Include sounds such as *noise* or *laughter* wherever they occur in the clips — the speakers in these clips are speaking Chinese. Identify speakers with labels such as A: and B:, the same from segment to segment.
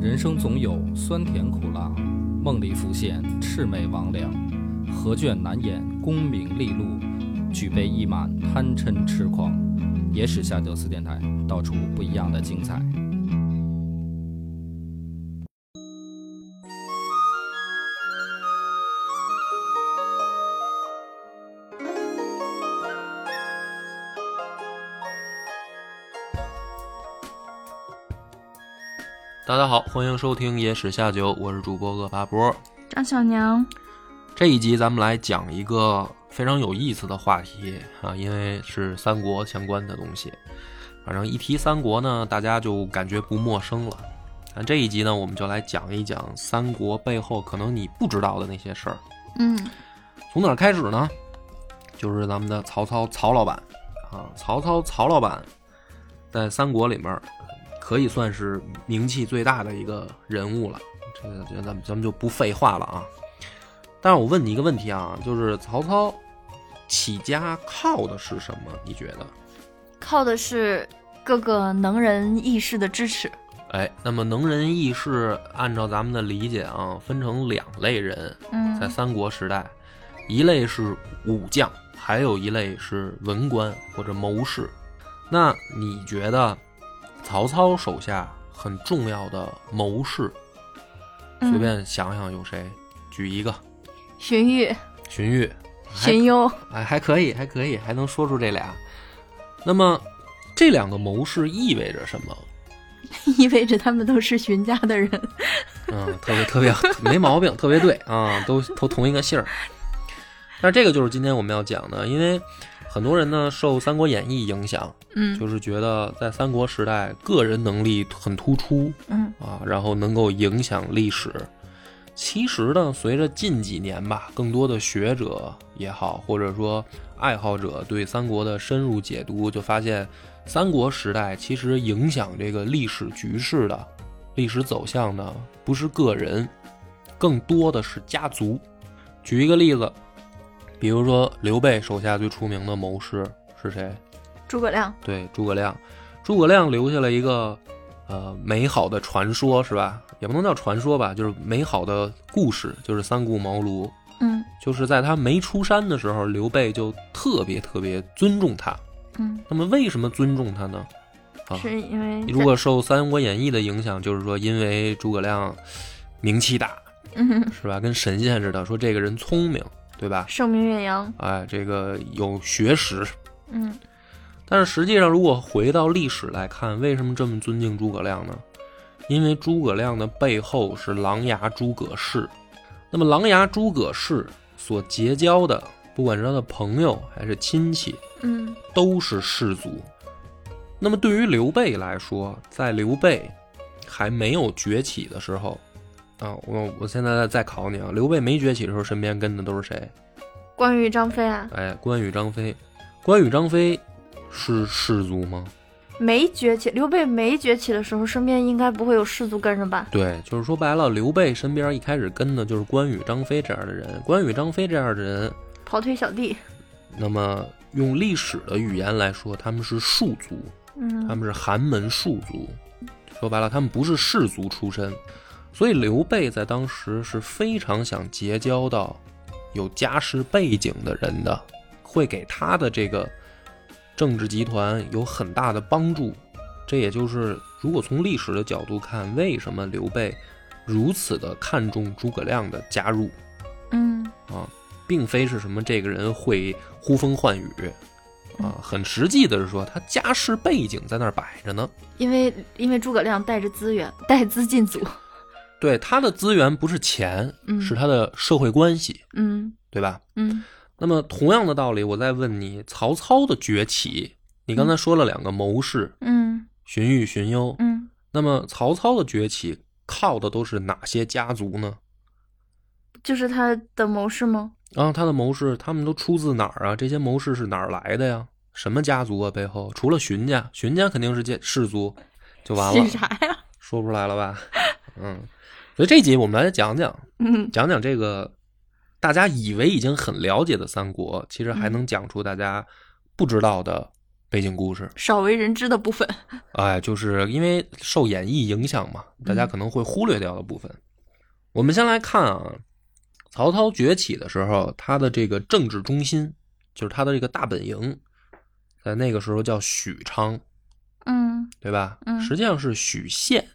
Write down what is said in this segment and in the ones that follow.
A: 人生总有酸甜苦辣，梦里浮现魑魅魍魉，何卷难掩功名利禄，举杯一满贪嗔痴狂。野史下酒四电台，道出不一样的精彩。
B: 大家好，欢迎收听《野史下酒》，我是主播恶霸波。
C: 张小娘，
B: 这一集咱们来讲一个非常有意思的话题啊，因为是三国相关的东西。反正一提三国呢，大家就感觉不陌生了。那这一集呢，我们就来讲一讲三国背后可能你不知道的那些事儿。
C: 嗯，
B: 从哪儿开始呢？就是咱们的曹操曹老板啊，曹操曹老板在三国里面可以算是名气最大的一个人物了。这个这个咱们咱们就不废话了啊。但是我问你一个问题啊，就是曹操起家靠的是什么？你觉得？
C: 靠的是各个能人异士的支持。
B: 哎，那么能人异士，按照咱们的理解啊，分成两类人，在
C: 嗯
B: 三国时代，一类是武将，还有一类是文官或者谋士。那你觉得曹操手下很重要的谋士，
C: 嗯
B: 随便想想有谁？举一个，
C: 荀彧、
B: 荀彧，还
C: 荀攸，
B: 哎，还可以，还可以，还能说出这俩。那么这两个谋士意味着什么？
C: 意味着他们都是荀家的人。
B: 嗯，特别特别没毛病，特别对啊，都都同一个姓儿。但是这个就是今天我们要讲的，因为很多人呢受《三国演义》影响，
C: 嗯
B: 就是觉得在三国时代个人能力很突出
C: 嗯
B: 啊，然后能够影响历史。其实呢，随着近几年吧，更多的学者也好，或者说爱好者对三国的深入解读，就发现三国时代其实影响这个历史局势的、历史走向的，不是个人，更多的是家族。举一个例子，比如说刘备手下最出名的谋士是谁？
C: 诸葛亮，
B: 对，诸葛亮，诸葛亮留下了一个呃美好的传说，是吧？也不能叫传说吧，就是美好的故事，就是三顾茅庐。
C: 嗯
B: 就是在他没出山的时候，刘备就特别特别尊重他。
C: 嗯，
B: 那么为什么尊重他呢？啊，
C: 是因为
B: 如果受《三国演义》的影响，就是说因为诸葛亮名气大，
C: 嗯
B: 是吧？跟神仙似的，说这个人聪明，对吧？
C: 盛名远扬，
B: 哎，这个有学识，
C: 嗯
B: 但是实际上，如果回到历史来看，为什么这么尊敬诸葛亮呢？因为诸葛亮的背后是琅琊诸葛氏，那么琅琊诸葛氏所结交的，不管是他的朋友还是亲戚，
C: 嗯
B: 都是士族。那么对于刘备来说，在刘备还没有崛起的时候，啊，我我现在再再考你啊，刘备没崛起的时候，身边跟的都是谁？
C: 关羽、张飞啊，
B: 哎，关羽、张飞。关羽、张飞是士族吗？
C: 没崛起，刘备没崛起的时候，身边应该不会有士族跟着吧？
B: 对，就是说白了，刘备身边一开始跟的就是关羽、张飞这样的人。关羽、张飞这样的人，
C: 跑腿小弟，
B: 那么用历史的语言来说，他们是庶族，他
C: 嗯
B: 们是寒门庶族。说白了，他们不是士族出身，所以刘备在当时是非常想结交到有家世背景的人的，会给他的这个政治集团有很大的帮助。这也就是，如果从历史的角度看，为什么刘备如此的看重诸葛亮的加入，
C: 嗯
B: 并非是什么这个人会呼风唤雨啊，很实际的是说他家世背景在那儿摆着呢。
C: 因为因为诸葛亮带着资源，带资进组，
B: 对他的资源不是钱，
C: 嗯
B: 是他的社会关系，
C: 嗯
B: 对吧？
C: 嗯
B: 那么同样的道理，我再问你，曹操的崛起，你刚才说了两个谋士，
C: 嗯
B: 荀彧、荀攸，
C: 嗯，
B: 那么曹操的崛起靠的都是哪些家族呢？
C: 就是他的谋士吗？
B: 啊，他的谋士他们都出自哪儿啊？这些谋士是哪儿来的呀？什么家族啊？背后除了荀家，荀家肯定是家氏族，就完了
C: 写，啥呀？
B: 说不出来了吧？嗯，所以这集我们来讲讲
C: *laughs* 嗯
B: 讲讲这个大家以为已经很了解的三国，其实还能讲出大家不知道的背景故事。
C: 少为人知的部分。
B: 哎，就是因为受演绎影响嘛，大家可能会忽略掉的部分。我们先来看啊，曹操崛起的时候，他的这个政治中心就是他的这个大本营，在那个时候叫许昌，
C: *laughs* 嗯
B: 对吧？
C: 嗯
B: 实际上是许县，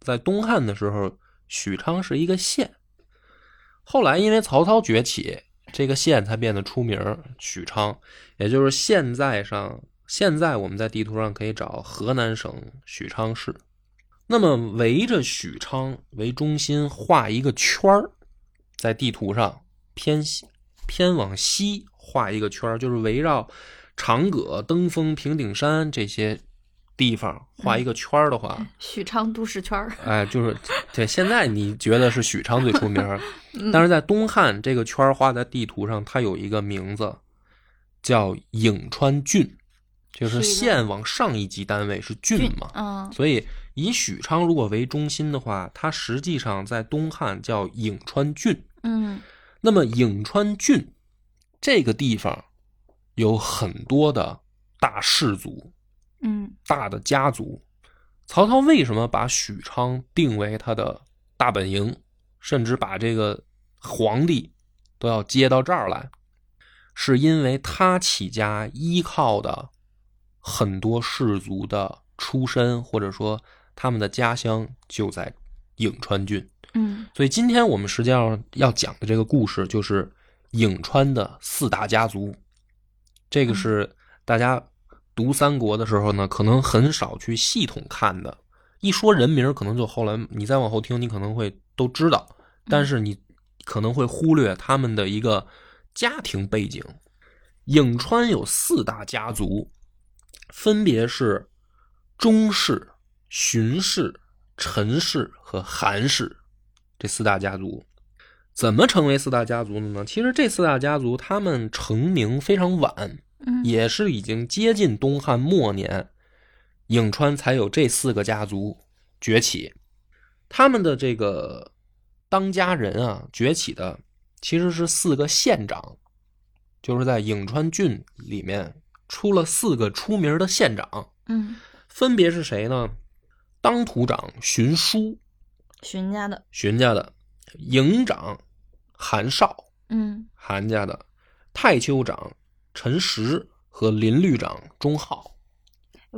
B: 在东汉的时候，许昌是一个县。后来因为曹操崛起，这个县才变得出名儿，许昌，也就是现在上现在我们在地图上可以找河南省许昌市。那么围着许昌为中心画一个圈儿，在地图上偏西偏往西画一个圈儿，就是围绕长葛、登封、平顶山这些地方画一个圈儿的话，
C: 许昌都市圈儿。
B: 哎，就是对，现在你觉得是许昌最出名儿，但是在东汉这个圈儿画在地图上，它有一个名字叫颍川郡，就是
C: 是一个
B: 县往上一级单位是郡
C: *laughs*
B: 嘛，
C: 嗯
B: 所以以许昌如果为中心的话，它实际上在东汉叫颍川郡。
C: 嗯
B: 那么颍川郡这个地方有很多的大氏族，
C: 嗯
B: 大的家族。曹操为什么把许昌定为他的大本营，甚至把这个皇帝都要接到这儿来？是因为他起家依靠的很多氏族的出身，或者说他们的家乡就在颍川郡。
C: 嗯
B: 所以今天我们实际上要讲的这个故事，就是颍川的四大家族。这个是大家读三国的时候呢，可能很少去系统看的。一说人名儿，可能就后来你再往后听，你可能会都知道，但是你可能会忽略他们的一个家庭背景。颍川有四大家族，分别是钟氏、荀氏、陈氏和韩氏这四大家族。怎么成为四大家族的呢？其实这四大家族他们成名非常晚，
C: 嗯
B: 也是已经接近东汉末年，颍川才有这四个家族崛起。他们的这个当家人啊，崛起的其实是四个县长，就是在颍川郡里面出了四个出名的县长，
C: 嗯，
B: 分别是谁呢？当涂长荀叔，
C: 荀家的。
B: 荀家的；营长韩绍，
C: 嗯
B: 韩家的太丘长陈实和林律长钟浩。
C: 哎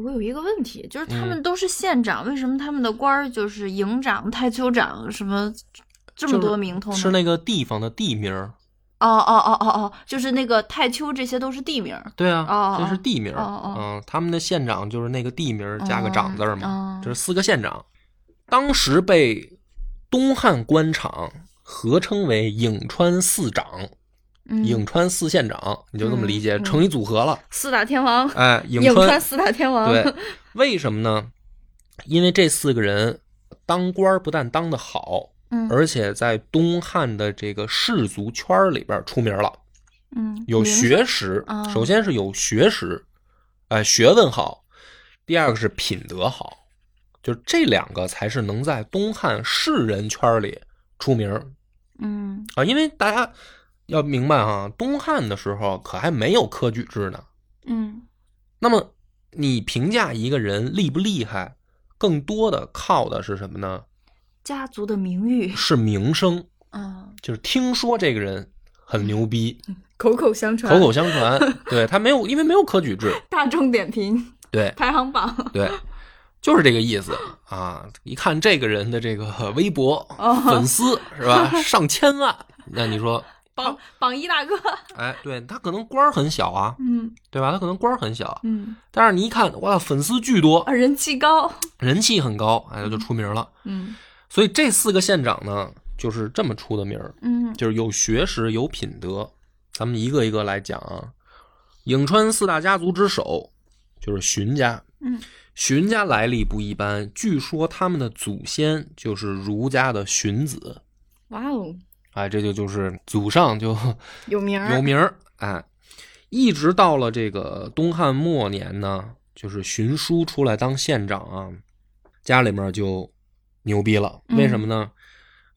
C: 我有一个问题，就是他
B: 嗯
C: 们都是县长，为什么他们的官儿就是营长、太丘长什么这么多名头呢？
B: 是那个地方的地名儿，
C: 哦哦哦哦哦，就是那个太丘，这些都是地名儿。
B: 对啊，
C: 哦
B: 这是地名儿。
C: 哦哦
B: 嗯，他们的县长就是那个地名儿加个长字儿嘛，
C: 哦哦
B: 这是四个县长。当时被东汉官场合称为颍川四长、
C: 嗯，
B: 颍川四县长，你就这么理解，
C: 嗯嗯
B: 成一组合了。
C: 四大天王，
B: 哎，颍
C: 颍川四大天王。 *laughs*
B: 对，为什么呢？因为这四个人当官儿不但当得好，
C: 嗯
B: 而且在东汉的这个士族圈儿里边儿出名了，
C: 嗯，
B: 有
C: 名
B: 学识
C: 啊。
B: 首先是有学识，哎，学问好；第二个是品德好，就这两个才是能在东汉士人圈儿里出名儿
C: 嗯
B: 啊。因为大家要明白啊，东汉的时候可还没有科举制呢，
C: 嗯
B: 那么你评价一个人厉不厉害，更多的靠的是什么呢？
C: 家族的名誉
B: 是名声，
C: 啊，
B: 就是听说这个人很牛逼，
C: 口口相传，
B: 口口相传。对他没有，因为没有科举制，
C: 大众
B: *laughs*
C: 点评
B: 对
C: 排行榜。
B: 对，就是这个意思啊。一看这个人的这个微博
C: 哦
B: 粉丝是吧，上千万，那你说，
C: 榜榜一大哥，
B: 哎，对他可能官儿很小啊，
C: 嗯
B: 对吧？他可能官儿很小，
C: 嗯，
B: 但是你一看，哇，粉丝巨多
C: 啊，，人气高，
B: 人气很高，哎，就出名了。
C: 嗯
B: 所以这四个县长呢，就是这么出的名儿，
C: 嗯
B: 就是有学识、有品德。咱们一个一个来讲啊。颍川四大家族之首就是荀家，
C: 嗯，
B: 荀家来历不一般，据说他们的祖先就是儒家的荀子，
C: 哇哦，
B: 哎，这就就是祖上就
C: 有名儿
B: 有名儿，哎，一直到了这个东汉末年呢，就是荀叔出来当县长啊，家里面就牛逼了。
C: 嗯
B: 为什么呢？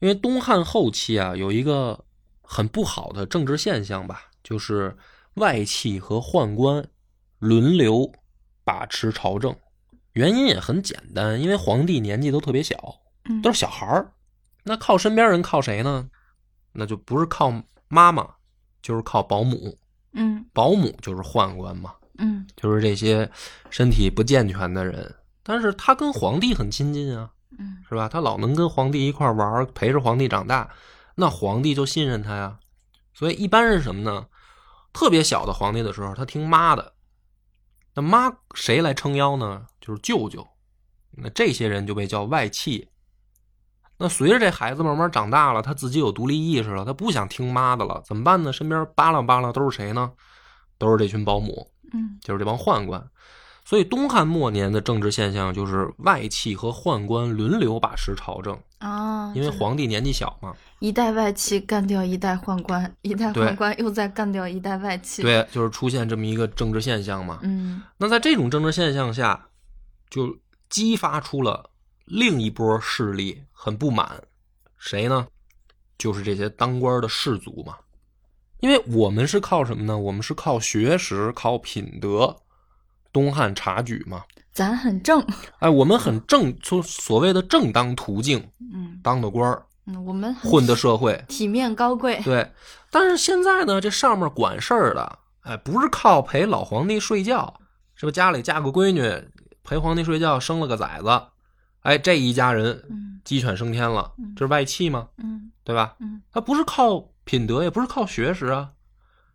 B: 因为东汉后期啊，有一个很不好的政治现象吧，就是外戚和宦官轮流把持朝政。原因也很简单，因为皇帝年纪都特别小，
C: 嗯
B: 都是小孩儿，那靠身边人靠谁呢？那就不是靠妈妈，就是靠保姆。
C: 嗯
B: 保姆就是宦官嘛，
C: 嗯
B: 就是这些身体不健全的人。但是他跟皇帝很亲近啊，
C: 嗯
B: 是吧？他老能跟皇帝一块儿玩儿，陪着皇帝长大，那皇帝就信任他呀。所以一般是什么呢？特别小的皇帝的时候，他听妈的。那妈谁来撑腰呢？就是舅舅。那这些人就被叫外戚。那随着这孩子慢慢长大了，他自己有独立意识了，他不想听妈的了，怎么办呢？身边扒拉扒拉都是谁呢？都是这群保姆。
C: 嗯
B: 就是这帮宦官。所以东汉末年的政治现象就是外戚和宦官轮流把持朝政，
C: 啊，
B: 因为
C: 就是
B: 皇帝年纪小嘛。
C: 一代外戚干掉一代宦官，一代
B: 对
C: 宦官又再干掉一代外戚。，
B: 对，就是出现这么一个政治现象嘛。
C: 嗯
B: 那在这种政治现象下，就激发出了另一波势力很不满，谁呢？就是这些当官的士族嘛。因为我们是靠什么呢？我们是靠学识、靠品德。东汉察举嘛，
C: 咱很正。
B: 哎，我们很正，从所谓的正当途径
C: 嗯
B: 当的官儿，
C: 嗯，我们很
B: 混的社
C: *laughs*
B: 会。
C: 体面高贵。
B: 对，但是现在呢，这上面管事儿的，哎，不是靠陪老皇帝睡觉，是不是家里嫁个闺女陪皇帝睡觉，生了个崽子，哎，这一家人
C: 嗯
B: 鸡犬升天了
C: 嗯，
B: 这是外戚吗？
C: 嗯
B: 对吧？
C: 嗯
B: 他不是靠品德，也不是靠学识啊，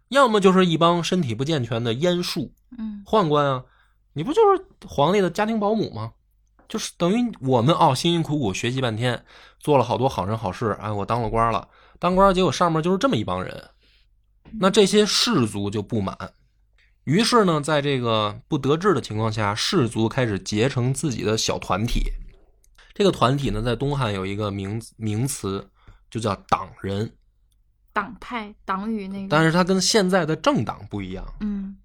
B: 要么就是一帮身体不健全的阉庶
C: 嗯
B: 宦官啊，你不就是皇帝的家庭保姆吗？就是等于我们哦，辛辛苦苦学习半天，做了好多好人好事，哎，我当了官了，当官结果上面就是这么一帮人，那这些士族就不满，于是呢，在这个不得志的情况下，士族开始结成自己的小团体。这个团体呢，在东汉有一个名名词，就叫党人，
C: 党派党羽那个。
B: 但是它跟现在的政党不一样，
C: 嗯，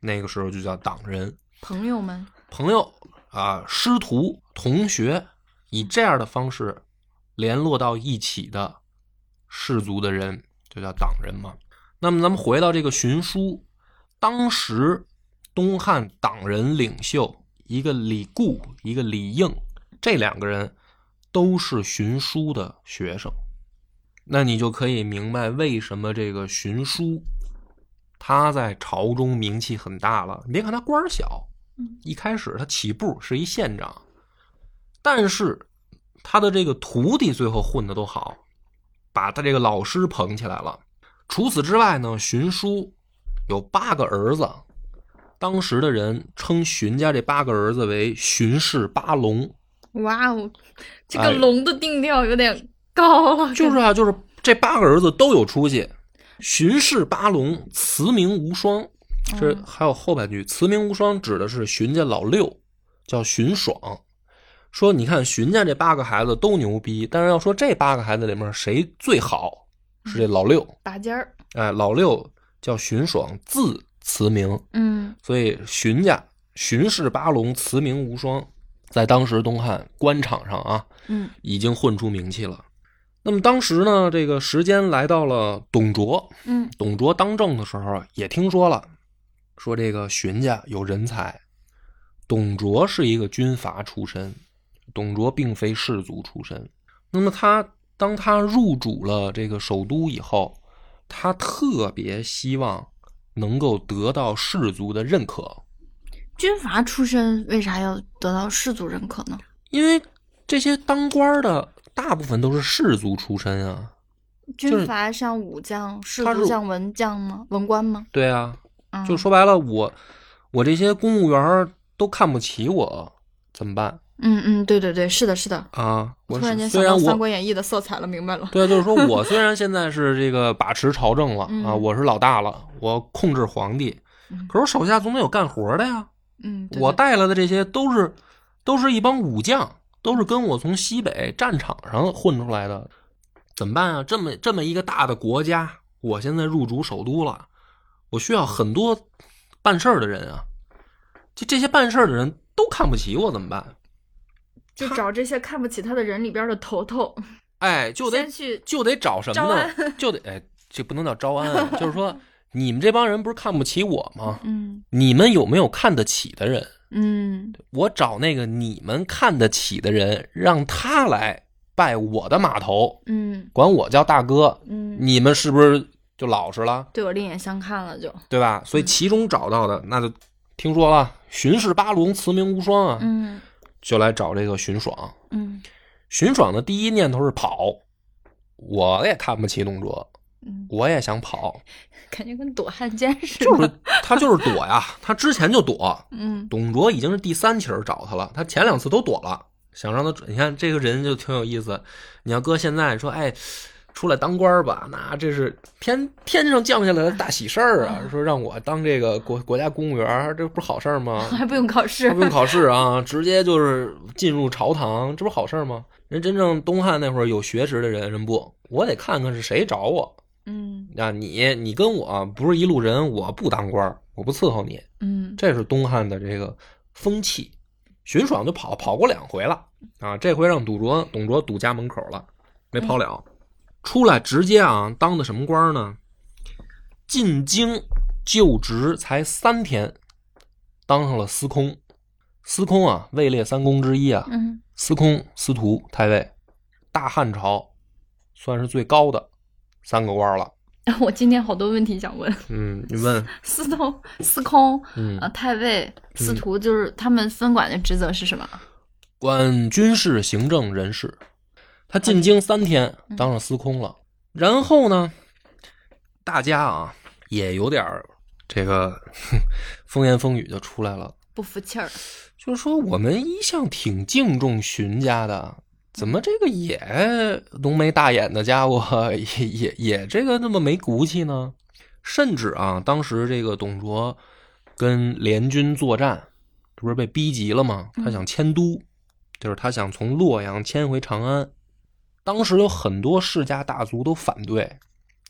B: 那个时候就叫党人。
C: 朋友们，
B: 朋友啊、师徒、同学，以这样的方式联络到一起的氏族的人，就叫党人嘛。那么咱们回到这个荀书，当时东汉党人领袖，一个李固，一个李应，这两个人都是荀书的学生。那你就可以明白为什么这个荀书，他在朝中名气很大了。你别看他官儿小，一开始他起步是一县长，但是他的这个徒弟最后混的都好，把他这个老师捧起来了。除此之外呢，荀叔有八个儿子，当时的人称荀家这八个儿子为荀氏八龙，
C: 哇哦，这
B: 哎
C: 个龙的定调有点高啊。
B: 就是啊，就是这八个儿子都有出息，荀氏八龙，慈名无双。这
C: 嗯
B: 还有后半句，慈名无双指的是荀家老六，叫荀爽。说你看荀家这八个孩子都牛逼，但是要说这八个孩子里面谁最好，是这老六。
C: 拔尖儿。
B: 哎，老六叫荀爽，字慈明，
C: 嗯
B: 所以荀家荀氏八龙，慈名无双，在当时东汉官场上啊，
C: 嗯
B: 已经混出名气了。那么当时呢，这个时间来到了董卓，
C: 嗯
B: 董卓当政的时候啊也听说了，说这个荀家有人才。董卓是一个军阀出身，董卓并非士族出身。那么他当他入主了这个首都以后，他特别希望能够得到士族的认可，
C: 军阀出身为啥要得到氏族认可呢？
B: 因为这些当官儿的大部分都是士族出身啊。
C: 军阀像武将，士
B: 他
C: 族
B: 是
C: 像文将吗？文官吗？
B: 对啊，
C: 嗯
B: 就说白了，我我这些公务员儿都看不起我，怎么办
C: 嗯嗯，对对对，是的，是的。
B: 啊？我
C: 突然间
B: 是虽
C: 想
B: 然
C: 到《三
B: 我
C: 国演义》的色彩了，明白了。
B: 对啊，就是说我虽然现在是这个把持朝政了、啊，
C: 嗯
B: 我是老大了，我控制皇帝
C: 嗯，
B: 可是我手下总得有干活的呀。
C: 嗯，对
B: 我
C: 对
B: 带来的这些都是都是一帮武将，都是跟我从西北战场上混出来的，怎么办啊？这么这么一个大的国家，我现在入主首都了，我需要很多办事儿的人啊，就这些办事儿的人都看不起我，怎么办？
C: 就找这些看不起他的人里边的头头，
B: 哎，就得
C: 先去
B: 就得找什么呢？就得哎，这不能叫招安啊，就是说你们这帮人不是看不起我吗？
C: 嗯
B: 你们有没有看得起的人？
C: 嗯，
B: 我找那个你们看得起的人，让他来拜我的码头，
C: 嗯
B: 管我叫大哥，
C: 嗯，
B: 你们是不是就老实了，
C: 对我另眼相看了就，
B: 对吧？所以
C: 嗯
B: 其中找到的，那就听说了，荀氏八龙驰名无双啊，
C: 嗯
B: 就来找这个荀爽。
C: 嗯
B: 荀爽的第一念头是跑，我也看不起董卓，
C: 嗯，
B: 我也想跑，
C: 感觉跟躲汉奸似的，
B: 就是他就是躲呀，他之前就躲。
C: 嗯
B: 董卓已经是第三起儿找他了，他前两次都躲了，想让他，你看这个人就挺有意思。你要搁现在说，哎，出来当官儿吧，那这是天天上降下来的大喜事儿啊！说让我当这个国国家公务员儿，这不是好事儿吗？
C: 还不用考试
B: 他，不用考试啊，直接就是进入朝堂，这不是好事儿吗？人真正东汉那会儿有学识的人，人不，我得看看是谁找我。
C: 嗯
B: 那你你跟我不是一路人，我不当官儿，我不伺候你，
C: 嗯
B: 这是东汉的这个风气。荀爽就跑跑过两回了啊，这回让董卓董卓堵家门口了，没跑了，出来直接啊当的什么官儿呢？进京就职才三天，当上了司空。司空啊，位列三公之一啊，
C: 嗯 *laughs*
B: 司空、司徒、太尉，大汉朝算是最高的三个官儿了。
C: 我今天好多问题想问，
B: 嗯，你问，
C: 司徒、司空、
B: 嗯
C: 呃，太尉、司徒，就是他们分管的职责是什么？
B: 管军事、行政、人事。他进京三天，当上司空了。然后呢，大家啊也有点儿这个 *laughs* 哼风言风语就出来了，
C: 不服气儿，
B: 就是说我们一向挺敬重荀家的，怎么这个也浓眉大眼的家伙也也也这个那么没骨气呢？甚至啊，当时这个董卓跟联军作战，这不是被逼急了吗？他想迁都，就是他想从洛阳迁回长安。当时有很多世家大族都反对，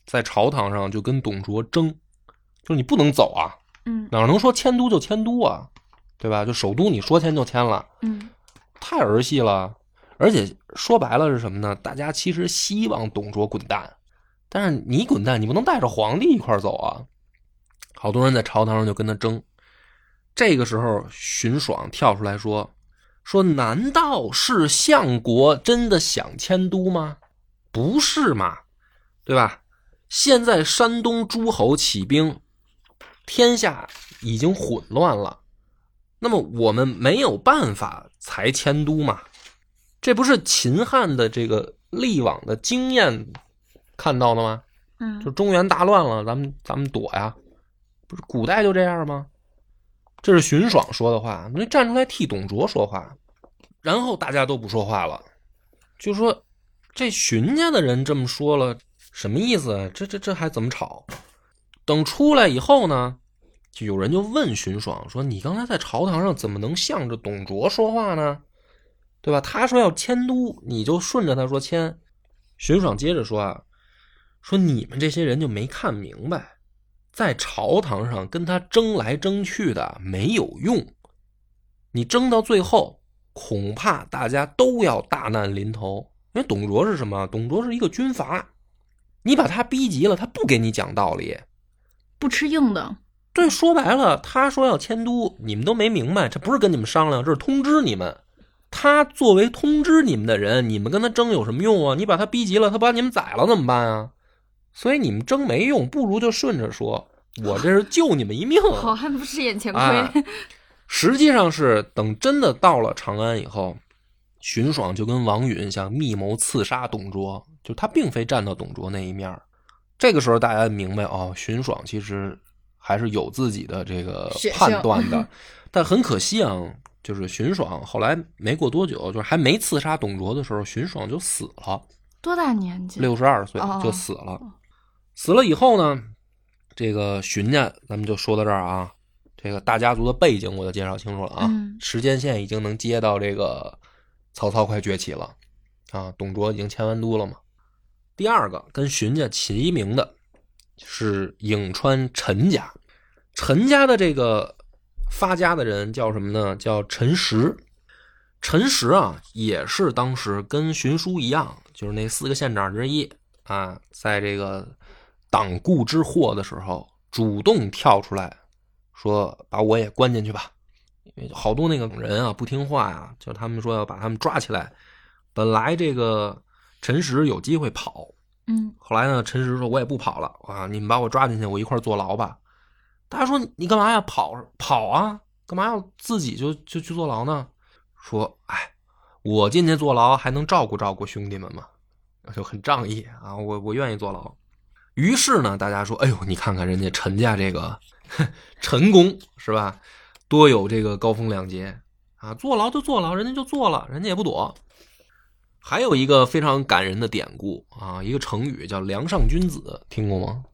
B: 在朝堂上就跟董卓争，就是你不能走啊，
C: 嗯
B: 哪能说迁都就迁都啊，对吧？就首都你说迁就迁了，
C: 嗯
B: 太儿戏了。而且说白了是什么呢？大家其实希望董卓滚蛋，但是你滚蛋，你不能带着皇帝一块儿走啊。好多人在朝堂上就跟他争。这个时候，荀爽跳出来说：“说难道是相国真的想迁都吗？不是嘛，对吧？现在山东诸侯起兵，天下已经混乱了。”那么我们没有办法才迁都嘛？这不是秦汉的这个历往的经验看到的吗？就
C: 嗯
B: 中原大乱了，咱们咱们躲呀，不是古代就这样吗？这是荀爽说的话，那站出来替董卓说话，然后大家都不说话了，就说这荀家的人这么说了，什么意思？啊这这这还怎么吵？等出来以后呢，就有人就问荀爽说：“你刚才在朝堂上怎么能向着董卓说话呢？对吧？他说要迁都，你就顺着他说迁。”荀爽接着说啊，说你们这些人就没看明白，在朝堂上跟他争来争去的没有用，你争到最后，恐怕大家都要大难临头。因为董卓是什么？董卓是一个军阀，你把他逼急了，他不给你讲道理。
C: 不吃硬的， *laughs*
B: 对，说白了，他说要迁都，你们都没明白，这不是跟你们商量，这是通知你们。他作为通知你们的人，你们跟他争有什么用啊？你把他逼急了，他把你们宰了怎么办啊？所以你们争没用，不如就顺着说，我这是救你们一命啊。
C: 好汉不吃眼前亏。
B: 哎实际上是等真的到了长安以后，荀爽就跟王允想密谋刺杀董卓，就他并非站到董卓那一面儿。这个时候大家明白哦，荀爽其实还是有自己的这个
C: 血性
B: 判断的，但很可惜啊，就是荀爽后来没过多久，就是还没刺杀董卓的时候，荀爽就死了。
C: 多大年纪？
B: 六十二岁
C: 哦
B: 就死了。死了以后呢，这个荀家咱们就说到这儿啊。这个大家族的背景我就介绍清楚了啊，
C: 嗯
B: 时间线已经能接到这个曹操快崛起了啊，董卓已经迁完都了嘛。第二个跟荀家齐名的是颍川陈家，陈家的这个发家的人叫什么呢？叫陈实。陈实啊，也是当时跟荀叔一样，就是那四个县长之一啊，在这个党锢之祸的时候，主动跳出来说：“把我也关进去吧。”好多那个人啊不听话呀、就他们说要把他们抓起来。本来这个陈实有机会跑，
C: 嗯
B: 后来呢，陈实说：“我也不跑了啊，你们把我抓进去，我一块儿坐牢吧。”大家说：“你干嘛呀？跑跑啊？干嘛要自己就就去坐牢呢？”说：“哎，我进去坐牢还能照顾照顾兄弟们嘛，就很仗义啊，我我愿意坐牢。”于是呢，大家说：“哎呦，你看看人家陈家这个 *laughs* 哼陈公是吧，多有这个高风亮节啊，坐牢就坐牢，人家就坐了，人家也不躲。”还有一个非常感人的典故啊，一个成语叫“梁上君子”，听过吗？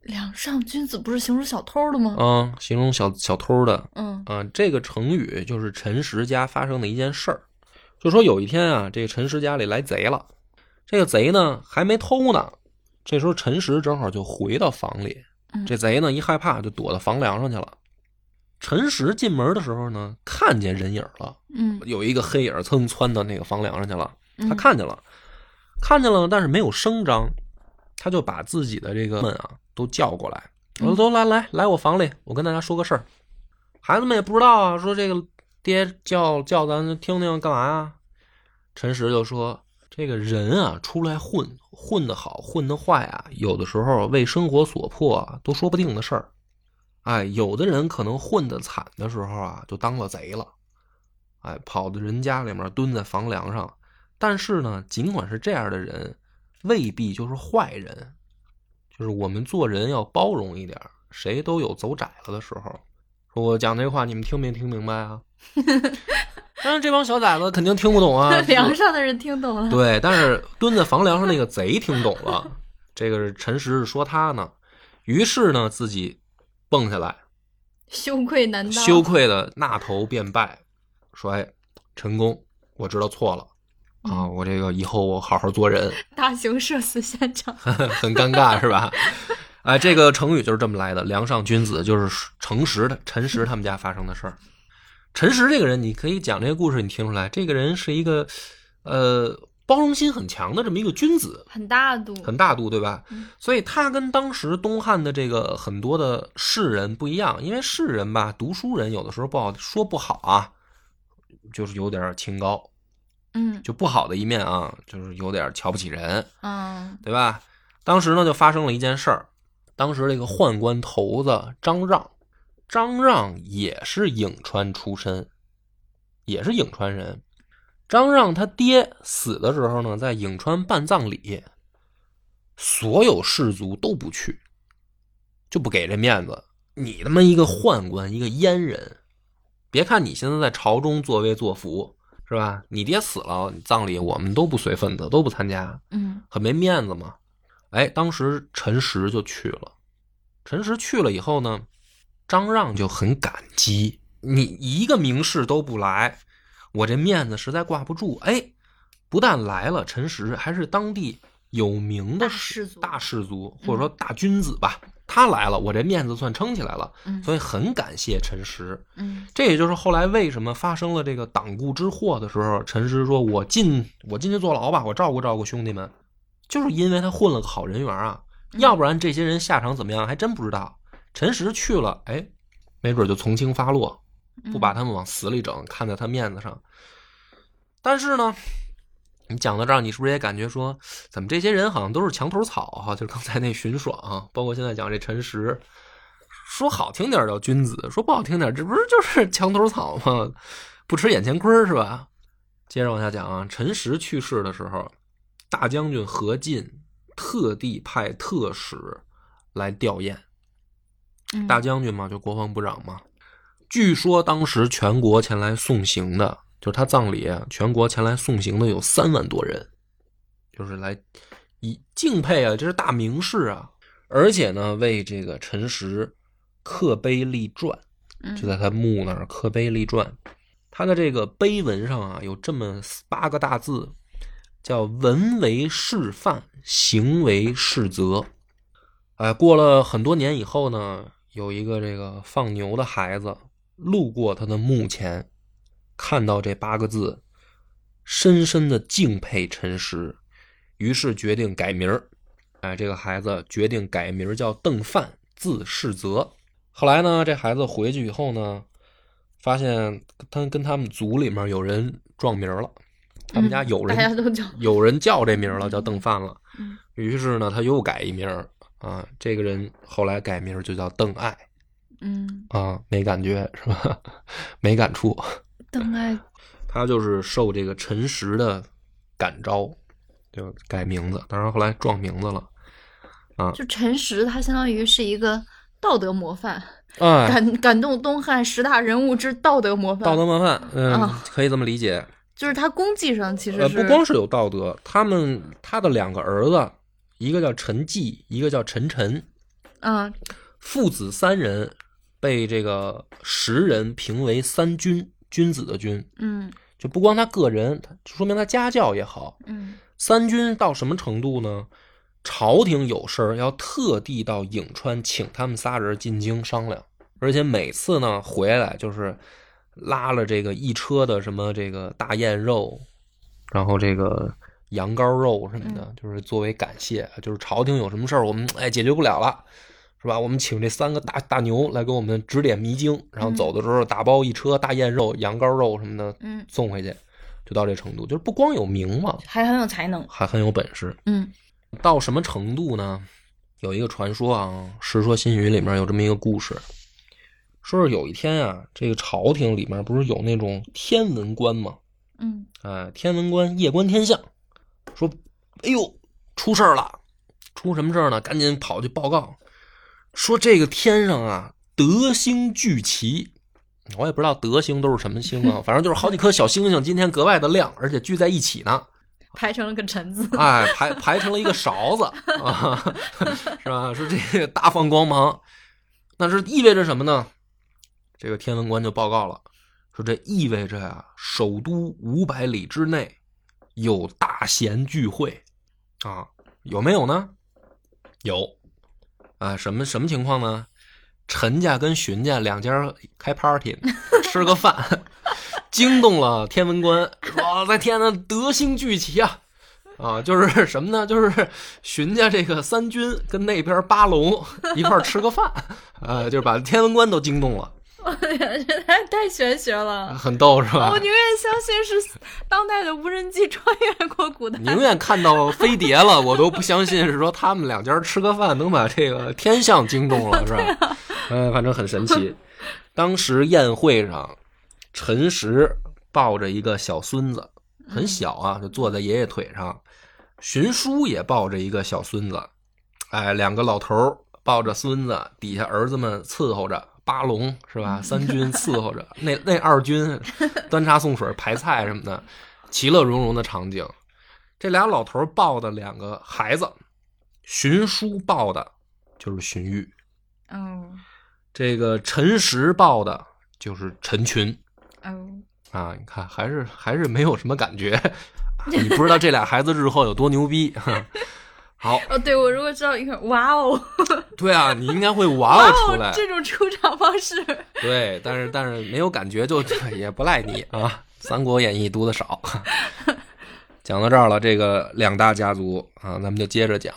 C: 两上君子不是形容小偷的吗？
B: 啊，形容小小偷的。
C: 嗯
B: 啊，这个成语就是陈实家发生的一件事儿。就说有一天啊，这个陈实家里来贼了，这个贼呢还没偷呢。这时候陈实正好就回到房里，
C: 嗯
B: 这贼呢一害怕就躲到房梁上去了。陈实进门的时候呢，看见人影了，
C: 嗯
B: 有一个黑影蹭窜到那个房梁上去了。
C: 嗯，
B: 他看见了，看见了，但是没有声张，他就把自己的这个们啊都叫过来，我说
C: 嗯，
B: 都来来来我房里，我跟大家说个事儿。孩子们也不知道啊，说这个爹叫叫咱听听干嘛啊？陈实就说：“这个人啊，出来混，混得好，混得坏啊，有的时候为生活所迫啊，都说不定的事儿。哎，有的人可能混得惨的时候啊，就当了贼了，哎，跑到人家里面蹲在房梁上。但是呢，尽管是这样的人，未必就是坏人，就是我们做人要包容一点儿，谁都有走窄了的时候。说我讲这话，你们听没听明白啊？ *laughs* 但是这帮小崽子肯定听不懂啊
C: *laughs* 梁上的人听懂了。
B: 对，但是蹲在房梁上那个贼听懂了，这个是陈实是说他呢，于是呢自己蹦下来，
C: 羞愧难当。
B: 羞愧的纳头便拜，说：“哎，陈公，我知道错了啊，我这个以后我好好做人。” *laughs*
C: 大型社死现场。
B: 很尴尬是吧？哎，这个成语就是这么来的。梁上君子就是诚实的陈实他们家发生的事儿。陈实这个人，你可以讲这个故事，你听出来，这个人是一个呃包容心很强的这么一个君子，
C: 很大度，
B: 很大度，对吧？所以他跟当时东汉的这个很多的士人不一样，因为士人吧，读书人有的时候不好说不好啊，就是有点清高，
C: 嗯
B: 就不好的一面啊，就是有点瞧不起人。
C: 嗯
B: 对吧？当时呢就发生了一件事儿，当时这个宦官头子张让，张让也是颍川出身，也是颍川人。张让他爹死的时候呢，在颍川办葬礼，所有士族都不去，就不给这面子。你他妈一个宦官，一个阉人，别看你现在在朝中作威作福，是吧？你爹死了，你葬礼我们都不随份子，都不参加。
C: 嗯
B: 很没面子嘛。哎，当时陈实就去了，陈实去了以后呢，张让就很感激，你一个名士都不来，我这面子实在挂不住。哎，不但来了，陈实还是当地有名的
C: 大士族嗯
B: 大士族或者说大君子吧。他来了，我这面子算撑起来了，
C: 嗯
B: 所以很感谢陈实。
C: 嗯
B: 这也就是后来为什么发生了这个党锢之祸的时候，陈实说：“我进我进去坐牢吧，我照顾照顾兄弟们。”就是因为他混了个好人缘啊，
C: 嗯
B: 要不然这些人下场怎么样还真不知道。陈实去了，哎，没准就从轻发落，
C: 嗯
B: 不把他们往死里整，看在他面子上。但是呢，你讲到这儿，你是不是也感觉说，怎么这些人好像都是墙头草哈、就是刚才那荀爽、包括现在讲这陈实，说好听点儿叫君子，说不好听点儿，这不是就是墙头草吗？不吃眼前亏儿是吧？接着往下讲啊，陈实去世的时候，大将军何进特地派特使来吊唁，
C: 嗯
B: 大将军嘛，就国防部长嘛。据说当时全国前来送行的，就是他葬礼，全国前来送行的有三万多人，就是来以敬佩啊，这是大名士啊，而且呢，为这个陈实刻碑立传，
C: 嗯
B: 就在他墓那儿刻碑立传。他的这个碑文上啊，有这么八个大字，叫“文为示范，行为示责”。哎，过了很多年以后呢，有一个这个放牛的孩子路过他的墓前，看到这八个字，深深的敬佩陈实，于是决定改名儿。哎，这个孩子决定改名儿叫邓范，字世泽。后来呢，这孩子回去以后呢，发现他跟他们族里面有人撞名儿了，他们家有
C: 嗯大
B: 人、
C: 家都叫
B: 有人叫这名儿了，叫邓范了
C: 嗯。
B: 于是呢，他又改一名儿啊，这个人后来改名儿就叫邓艾
C: *laughs* 嗯
B: 啊，没感觉是吧？ *laughs* 没感触，
C: 邓艾
B: 他就是受这个陈实的感召，就改名字。当然后来撞名字了，
C: 就陈实，他相当于是一个道德模范，
B: 哎，
C: 感感动东汉十大人物之道德模范。
B: 道德模范，嗯，
C: 啊
B: 可以这么理解。
C: 就是他功绩上其实
B: 呃，
C: 是、
B: 不光是有道德，他们他的两个儿子，一个叫陈纪，一个叫陈晨，
C: 嗯
B: 父子三人被这个时人评为三君，君子的君。
C: 嗯
B: 就不光他个人，他说明他家教也好。
C: 嗯
B: 三军到什么程度呢？朝廷有事儿要特地到颍川请他们仨人进京商量，而且每次呢回来就是拉了这个一车的什么这个大雁肉，然后这个羊羔肉什么的，就是作为感谢，啊就是朝廷有什么事儿我们哎解决不了了。是吧？我们请这三个大大牛来给我们指点迷津，然后走的时候打包一车大雁肉、羊羔肉什么的
C: 嗯，
B: 送回去，就到这程度。就是不光有名望，
C: 还很有才能。
B: 还很有本事。
C: 嗯
B: 到什么程度呢？有一个传说啊，《世说新语》里面有这么一个故事，说是有一天啊，这个朝廷里面不是有那种天文官吗？
C: 嗯
B: 哎，天文官夜观天象，说：“哎呦，出事儿了！出什么事儿呢？赶紧跑去报告，说这个天上啊，德星聚齐。我也不知道德星都是什么星啊，反正就是好几颗小星星，今天格外的亮，而且聚在一起呢。
C: 排成了个陈字。
B: 哎，排排成了一个勺子 *laughs* 啊，是吧？说这个大放光芒，那是意味着什么呢？这个天文官就报告了，说这意味着呀、首都五百里之内有大贤聚会啊，有没有呢？有啊，什么什么情况呢？陈家跟荀家两家开 party 呢吃个饭，惊动了天文官，说我的天呐，德星聚齐啊！啊，就是 *laughs* 什么呢？就是荀家这个三军跟那边八龙一块儿吃个饭，啊，就是把天文官都惊动了，
C: 我感觉 *laughs* 太太玄学了。
B: 很逗是吧
C: 我？宁愿相信是当代的无人机穿越过古代。
B: 宁愿看到飞碟了，我都不相信是说他们两家吃个饭能把这个天象惊动了，是吧？嗯，反正很神奇。当时宴会上，陈实抱着一个小孙子，很小啊，就坐在爷爷腿上。荀叔也抱着一个小孙子，哎，两个老头儿抱着孙子，底下儿子们伺候着。八龙是吧？三军伺候着， *laughs* 那那二军端茶送水、排菜什么的，其乐融融的场景。这俩老头儿抱的两个孩子，荀叔抱的就是荀彧，
C: 嗯
B: 这个陈实抱的就是陈群
C: 嗯，
B: 啊。你看，还是还是没有什么感觉，啊你不知道这俩孩子日后有多牛逼。 *laughs* 好，
C: 哦，对，我如果知道一个，哇哦，
B: 对啊，你应该会哇
C: 哇
B: 哦出
C: 哦
B: 来，，
C: 这种出场方式， *laughs*
B: 对，但是但是没有感觉就 *laughs* 也不赖你啊，《三国演义》读的少。 *laughs* 讲到这儿了，这个两大家族啊，咱们就接着讲。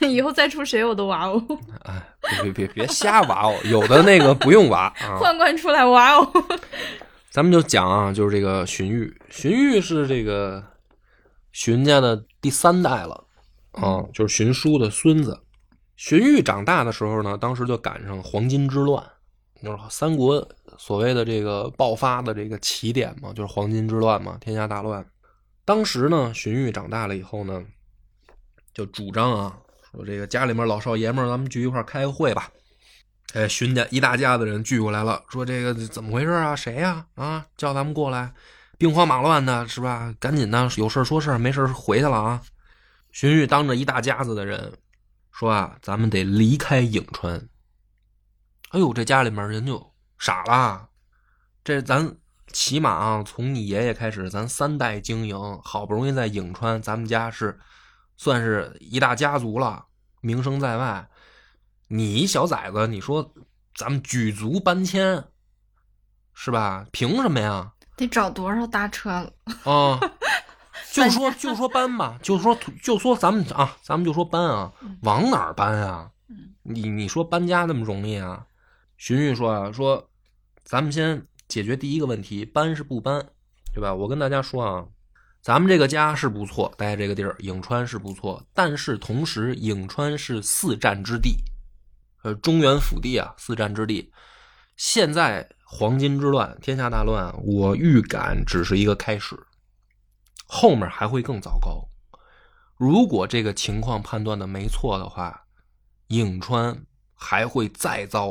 C: 以后再出谁我都哇哦，
B: 哎，别别别别瞎挖哦，有的那个不用挖啊。
C: 宦官出来哇哦，
B: 咱们就讲啊，就是这个荀彧，荀彧是这个荀家的第三代了啊，就是荀叔的孙子。荀彧长大的时候呢，当时就赶上黄巾之乱，就是三国所谓的这个爆发的这个起点嘛，就是黄巾之乱嘛，天下大乱。当时呢，荀彧长大了以后呢，就主张啊，说这个家里面老少爷们儿，咱们聚一块儿开个会吧。哎，荀家一大家子人聚过来了，说这个怎么回事啊？谁呀、啊？叫咱们过来，兵荒马乱的是吧？赶紧的，有事儿说事儿，没事儿回去了啊！荀彧当着一大家子的人说啊，咱们得离开颍川。哎呦，这家里面人就傻了，这咱起码啊，从你爷爷开始，咱三代经营，好不容易在颍川，咱们家是算是一大家族了，名声在外。你一小崽子，你说咱们举族搬迁，是吧？凭什么呀？
C: *laughs* 得找多少搭车了？
B: *laughs* 啊，就说就说搬吧，就说就说咱们啊，咱们就说搬啊，往哪儿搬啊
C: 嗯？
B: 你你说搬家那么容易啊？荀彧说啊，说咱们先解决第一个问题，搬是不搬，对吧？我跟大家说啊，咱们这个家是不错，待这个地儿颍川是不错，但是同时颍川是四战之地，呃，中原腹地啊，四战之地。现在黄巾之乱，天下大乱，我预感只是一个开始，后面还会更糟糕。如果这个情况判断的没错的话，颍川还会再遭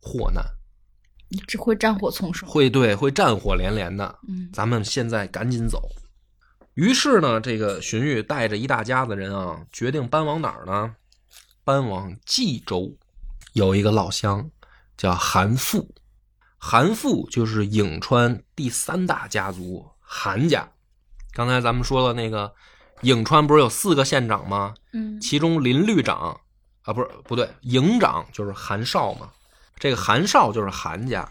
B: 祸难，
D: 这会战火丛生。
B: 会对会战火连连的。
D: 嗯，
B: 咱们现在赶紧走。于是呢，这个荀彧带着一大家子人啊，决定搬往哪儿呢？搬往冀州，有一个老乡叫韩馥，韩馥就是颍川第三大家族韩家。刚才咱们说了，那个颍川不是有四个县长吗？
D: 嗯
B: 其中林律长啊，不是不对，营长就是韩少嘛。这个韩少就是韩家，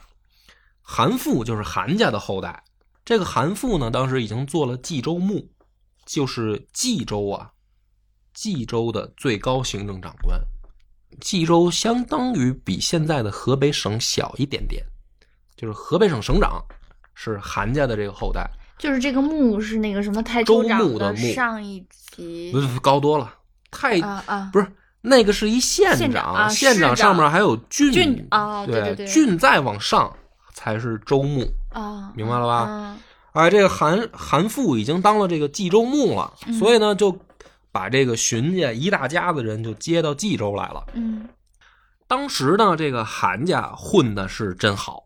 B: 韩馥就是韩家的后代。这个韩馥呢，当时已经做了冀州牧，就是冀州啊，冀州的最高行政长官。冀州相当于比现在的河北省小一点点，就是河北省省长是韩家的这个后代，
C: 就是这个木是那个什么太丘
B: 周
C: 长
B: 穆的穆
C: 上一集
B: 不是高多了，太
C: 啊啊，
B: 不是那个是一县
C: 县长啊
B: 县
C: 市长
B: 上面还有郡
D: 郡
C: 啊对对对
B: 郡再往上才是州牧，
C: 啊，
B: 明白了吧？
C: 嗯
B: 哎，这个韩韩馥已经当了这个冀州牧了，
D: 嗯
B: 所以呢，就把这个荀家一大家子人就接到冀州来了。
D: 嗯
B: 当时呢，这个韩家混的是真好，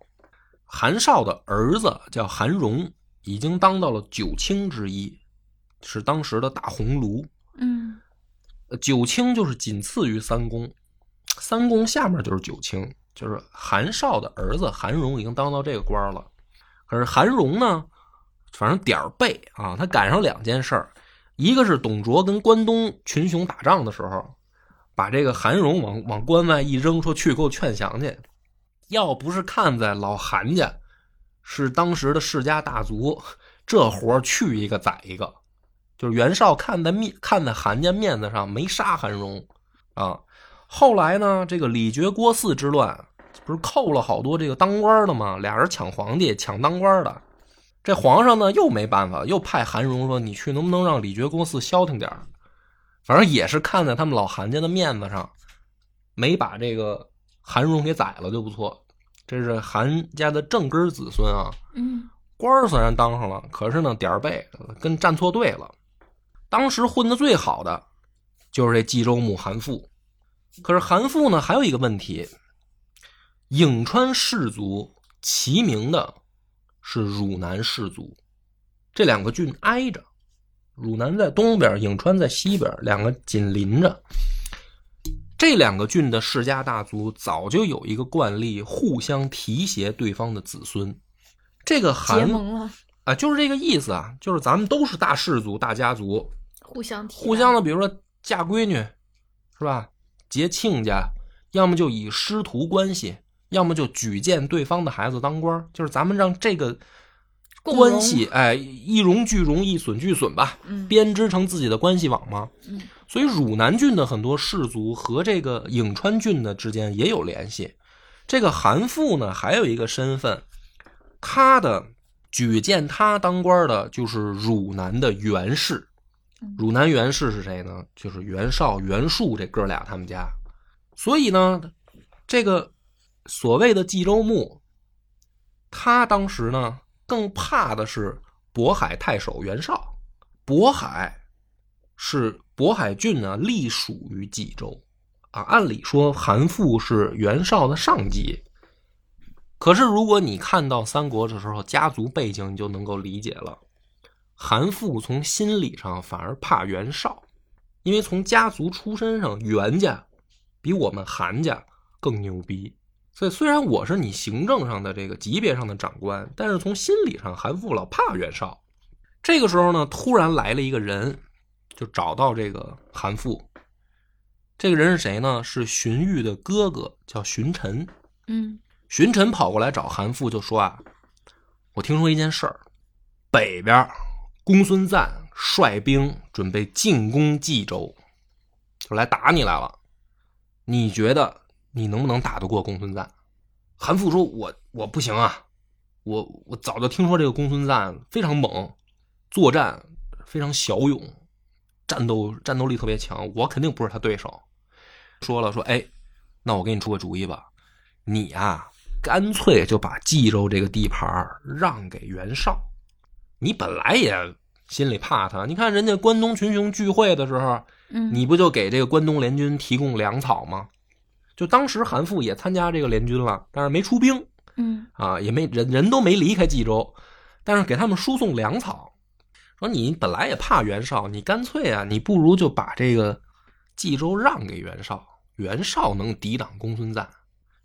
B: 韩少的儿子叫韩荣，已经当到了九卿之一，是当时的大鸿胪。
C: 嗯
B: 呃九卿就是仅次于三公，三公下面就是九卿，就是韩少的儿子韩荣已经当到这个官儿了。可是韩荣呢，反正点儿背啊，他赶上两件事儿，一个是董卓跟关东群雄打仗的时候，把这个韩荣往往关外一扔，说去给我劝降去。要不是看在老韩家是当时的世家大族，这活儿去一个宰一个。就是袁绍看在面看在韩家面子上没杀韩荣啊。后来呢，这个李傕郭汜之乱，不是扣了好多这个当官的吗？俩人抢皇帝，抢当官的。这皇上呢又没办法，又派韩荣说：“你去能不能让李傕郭汜消停点儿？”反正也是看在他们老韩家的面子上，没把这个韩荣给宰了就不错。这是韩家的正根儿子孙啊。
D: 嗯
B: 官儿虽然当上了，可是呢点儿背，跟站错队了。当时混的最好的就是这冀州牧韩馥，可是韩馥呢还有一个问题，颍川氏族齐名的是汝南氏族，这两个郡挨着，汝南在东边，颍川在西边，两个紧邻着。这两个郡的世家大族早就有一个惯例，互相提携对方的子孙。这个
D: 结
B: 韩
D: 盟了，
B: 啊，就是这个意思啊，就是咱们都是大氏族、大家族，
D: 互相提拔
B: 互相的，比如说嫁闺女，是吧？结亲家，要么就以师徒关系，要么就举荐对方的孩子当官儿，就是咱们让这个
D: 共
B: 关
D: 荣
B: 系，哎，一荣俱荣，一损俱损吧，
D: 嗯
B: 编织成自己的关系网嘛。
D: 嗯
B: 所以汝南郡的很多氏族和这个颍川郡的之间也有联系。这个韩馥呢，还有一个身份，他的举荐他当官的就是汝南的袁氏。
D: 嗯
B: 汝南袁氏是谁呢？就是袁绍、袁术这哥俩他们家。所以呢，这个所谓的冀州牧，他当时呢更怕的是渤海太守袁绍。渤海是渤海郡呢，隶属于冀州啊。按理说，韩馥是袁绍的上级。可是，如果你看到三国的时候家族背景，你就能够理解了。韩馥从心理上反而怕袁绍，因为从家族出身上，袁家比我们韩家更牛逼。所以，虽然我是你行政上的这个级别上的长官，但是从心理上，韩馥老怕袁绍。这个时候呢，突然来了一个人，就找到这个韩馥。这个人是谁呢？是荀彧的哥哥，叫荀晨。
D: 嗯
B: 荀晨跑过来找韩馥，就说啊：“我听说一件事儿，北边儿公孙瓒率兵准备进攻冀州，就来打你来了。你觉得你能不能打得过公孙瓒？”韩馥说：“我我不行啊，我我早就听说这个公孙瓒非常猛，作战非常骁勇，战斗战斗力特别强，我肯定不是他对手。说了说，哎，那我给你出个主意吧，你啊呀、干脆就把冀州这个地盘儿让给袁绍。你本来也心里怕他，你看人家关东群雄聚会的时候，
D: 嗯，
B: 你不就给这个关东联军提供粮草吗？就当时韩馥也参加这个联军了，但是没出兵
D: 嗯
B: 啊，也没人人都没离开冀州，但是给他们输送粮草。说你本来也怕袁绍，你干脆啊，你不如就把这个冀州让给袁绍，袁绍能抵挡公孙瓒，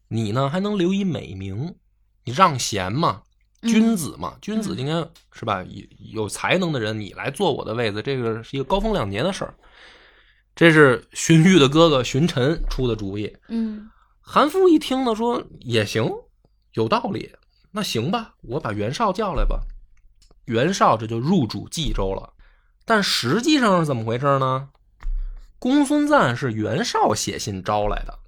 B: 你呢还能留一美名，你让贤嘛，
D: 嗯
B: 君子嘛，君子应该是吧？有有才能的人，你来坐我的位子，这个是一个高风亮节的事儿。这是荀彧的哥哥荀臣出的主意。
D: 嗯
B: 韩馥一听呢，说也行，有道理。那行吧，我把袁绍叫来吧。袁绍这就入主冀州了，但实际上是怎么回事呢？公孙瓒是袁绍写信招来的，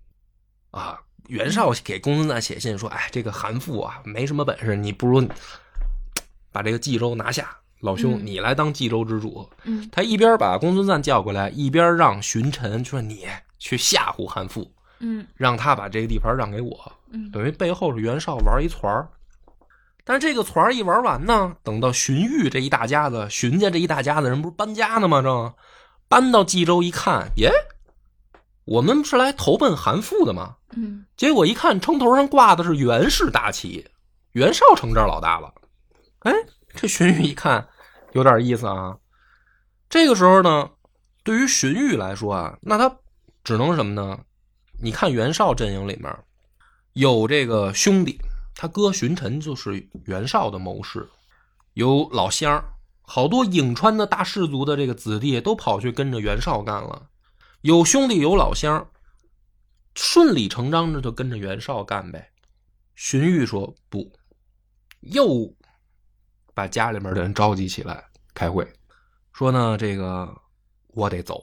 B: 啊，袁绍给公孙瓒写信说：“哎，这个韩馥啊，没什么本事，你不如把这个冀州拿下，老兄，
D: 嗯
B: 你来当冀州之主。
D: 嗯
B: 他一边把公孙瓒叫过来，一边让荀臣就说：“你去吓唬韩馥，
D: 嗯
B: 让他把这个地盘让给我。”
D: 嗯
B: 等于背后是袁绍玩一团儿。但是这个团儿一玩完呢，等到荀彧这一大家子，荀家这一大家子人不是搬家呢吗？正搬到冀州一看，耶，我们是来投奔韩馥的吗？
D: 嗯
B: 结果一看，城头上挂的是袁氏大旗，袁绍成这儿老大了。哎，这荀彧一看，有点意思啊。这个时候呢，对于荀彧来说啊，那他只能什么呢？你看袁绍阵营里面有这个兄弟，他哥荀臣就是袁绍的谋士，有老乡儿，好多颍川的大氏族的这个子弟都跑去跟着袁绍干了，有兄弟有老乡儿，顺理成章的就跟着袁绍干呗。荀彧说不，又把家里面的人召集起来开会，说呢，这个我得走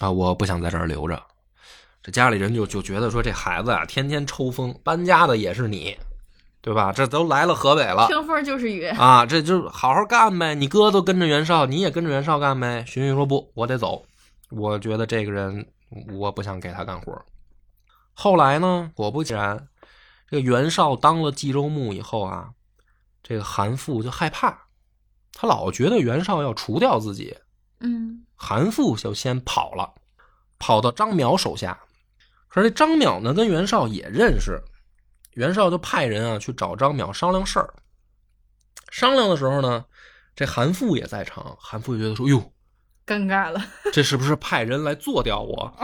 B: 啊，我不想在这儿留着。这家里人就就觉得说，这孩子啊，天天抽风，搬家的也是你，对吧？这都来了河北了，
D: 听风就是雨。
B: 啊，这就是好好干呗。你哥都跟着袁绍，你也跟着袁绍干呗。荀彧说不，我得走，我觉得这个人我不想给他干活。后来呢，果不其然，这个袁绍当了冀州牧以后啊，这个韩馥就害怕，他老觉得袁绍要除掉自己，
D: 嗯
B: 韩馥就先跑了，跑到张邈手下。可是这张邈呢，跟袁绍也认识，袁绍就派人啊去找张邈商量事儿。商量的时候呢，这韩馥也在场，韩馥就觉得说：“哟，
D: 尴尬了， *laughs*
B: 这是不是派人来做掉我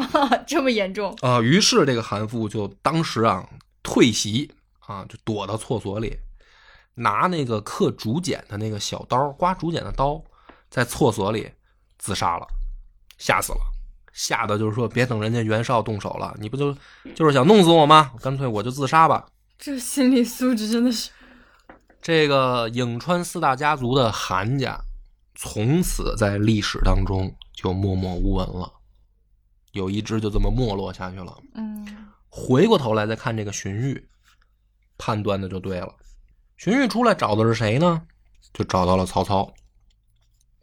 D: 这么严重。
B: 啊、于是这个韩馥就当时啊退席啊，就躲到厕所里，拿那个刻竹简的那个小刀，刮竹简的刀，在厕所里自杀了，吓死了，吓得就是说别等人家袁绍动手了，你不就就是想弄死我吗？干脆我就自杀吧。
D: 这心理素质真的是，
B: 这个颍川四大家族的韩家，从此在历史当中就默默无闻了，有一支就这么没落下去了。
D: 嗯
B: 回过头来再看这个荀彧，判断的就对了。荀彧出来找的是谁呢？就找到了曹操。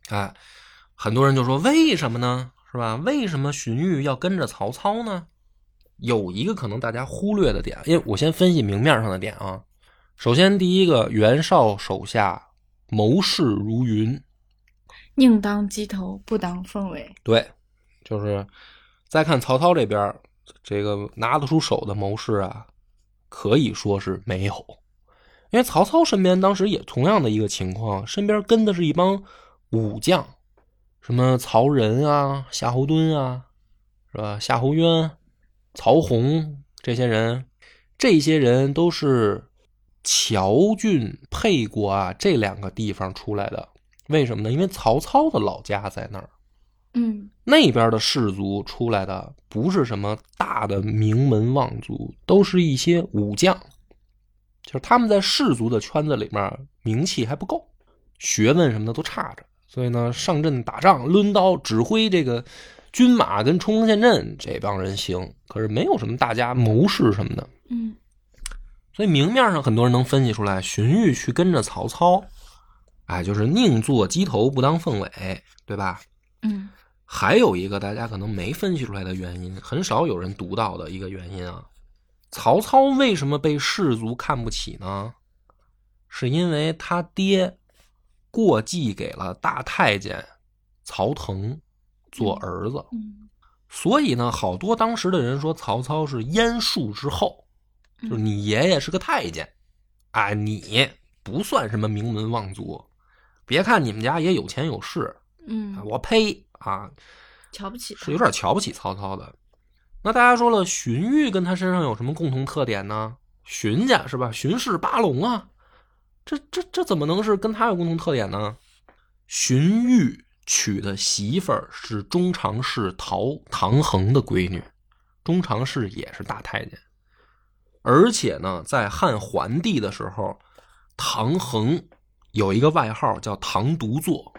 B: 哎，很多人就说为什么呢？是吧？为什么荀彧要跟着曹操呢？有一个可能大家忽略的点，因为我先分析明面上的点啊。首先，第一个，袁绍手下谋士如云，
D: 宁当鸡头不当凤尾。
B: 对，就是再看曹操这边儿，这个拿得出手的谋士啊，可以说是没有，因为曹操身边当时也同样的一个情况，身边跟的是一帮武将，什么曹仁啊、夏侯惇啊，是吧？夏侯渊、曹洪这些人，这些人都是乔郡、沛国啊这两个地方出来的。为什么呢？因为曹操的老家在那儿。
D: 嗯
B: 那边的氏族出来的不是什么大的名门望族，都是一些武将，就是他们在氏族的圈子里面名气还不够，学问什么的都差着，所以呢，上阵打仗、抡刀、指挥这个军马跟冲锋陷阵这帮人行，可是没有什么大家谋士什么的，
D: 嗯
B: 所以明面上很多人能分析出来，荀彧去跟着曹操，哎，就是宁做鸡头不当凤尾，对吧？
D: 嗯
B: 还有一个大家可能没分析出来的原因，很少有人读到的一个原因啊。曹操为什么被士族看不起呢？是因为他爹过继给了大太监曹腾做儿子，
D: 嗯
B: 所以呢，好多当时的人说曹操是燕树之后，就是
D: 嗯
B: 你爷爷是个太监，啊，你不算什么名门望族。别看你们家也有钱有势，啊
D: 嗯，
B: 我呸啊，
C: 瞧不起他
B: 是有点瞧不起曹操的。那大家说了，荀彧跟他身上有什么共同特点呢？荀家是吧？荀氏八龙啊，这这这怎么能是跟他有共同特点呢？荀彧娶的媳妇儿是中常侍陶唐衡的闺女，中常侍也是大太监，而且呢，在汉桓帝的时候，唐衡有一个外号叫唐独坐，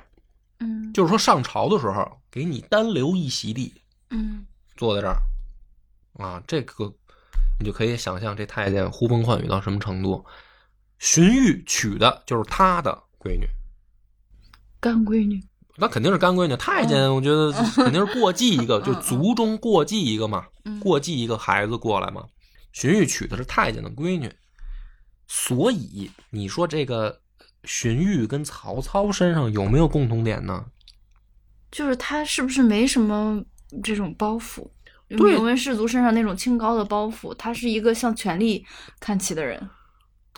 D: 嗯
B: 就是说上朝的时候给你单留一席地，
D: 嗯
B: 坐在这儿，啊，这个你就可以想象这太监呼风唤雨到什么程度。荀彧娶的就是他的闺女，
D: 干闺女，
B: 那肯定是干闺女。太监我觉得肯定是过继一个，就族中过继一个嘛，
D: 嗯
B: 过继一个孩子过来嘛。荀彧娶的是太监的闺女，所以你说这个荀彧跟曹操身上有没有共同点呢？
C: 就是他是不是没什么这种包袱？
B: 对
C: 名门士族身上那种清高的包袱，他是一个向权力看齐的人。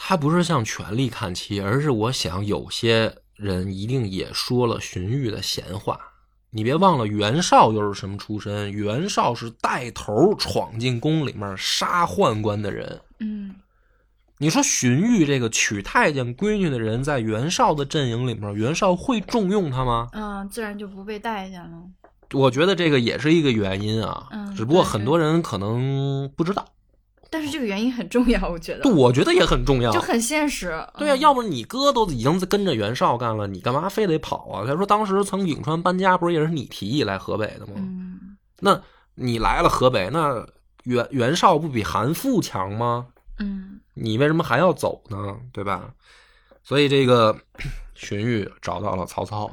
B: 他不是向权力看齐，而是我想有些人一定也说了荀彧的闲话。你别忘了，袁绍又是什么出身？袁绍是带头闯进宫里面杀宦官的人。
D: 嗯
B: 你说荀彧这个娶太监闺女的人，在袁绍的阵营里面，袁绍会重用他吗？
D: 啊，自然就不被待见了。
B: 我觉得这个也是一个原因啊。
D: 嗯
B: 只不过
D: 对
B: 很多人可能不知道。
D: 但是这个原因很重要，我觉得
B: 对，我觉得也很重要，啊
D: 就很现实。
C: 啊
B: 对呀、
D: 嗯
B: 要不你哥都已经跟着袁绍干了，你干嘛非得跑啊？他说当时从颍川搬家，不是也是你提议来河北的吗？
D: 嗯
B: 那你来了河北，那袁袁绍不比韩馥强吗？
D: 嗯
B: 你为什么还要走呢？对吧？所以这个 *clears throat* 荀彧找到了曹操，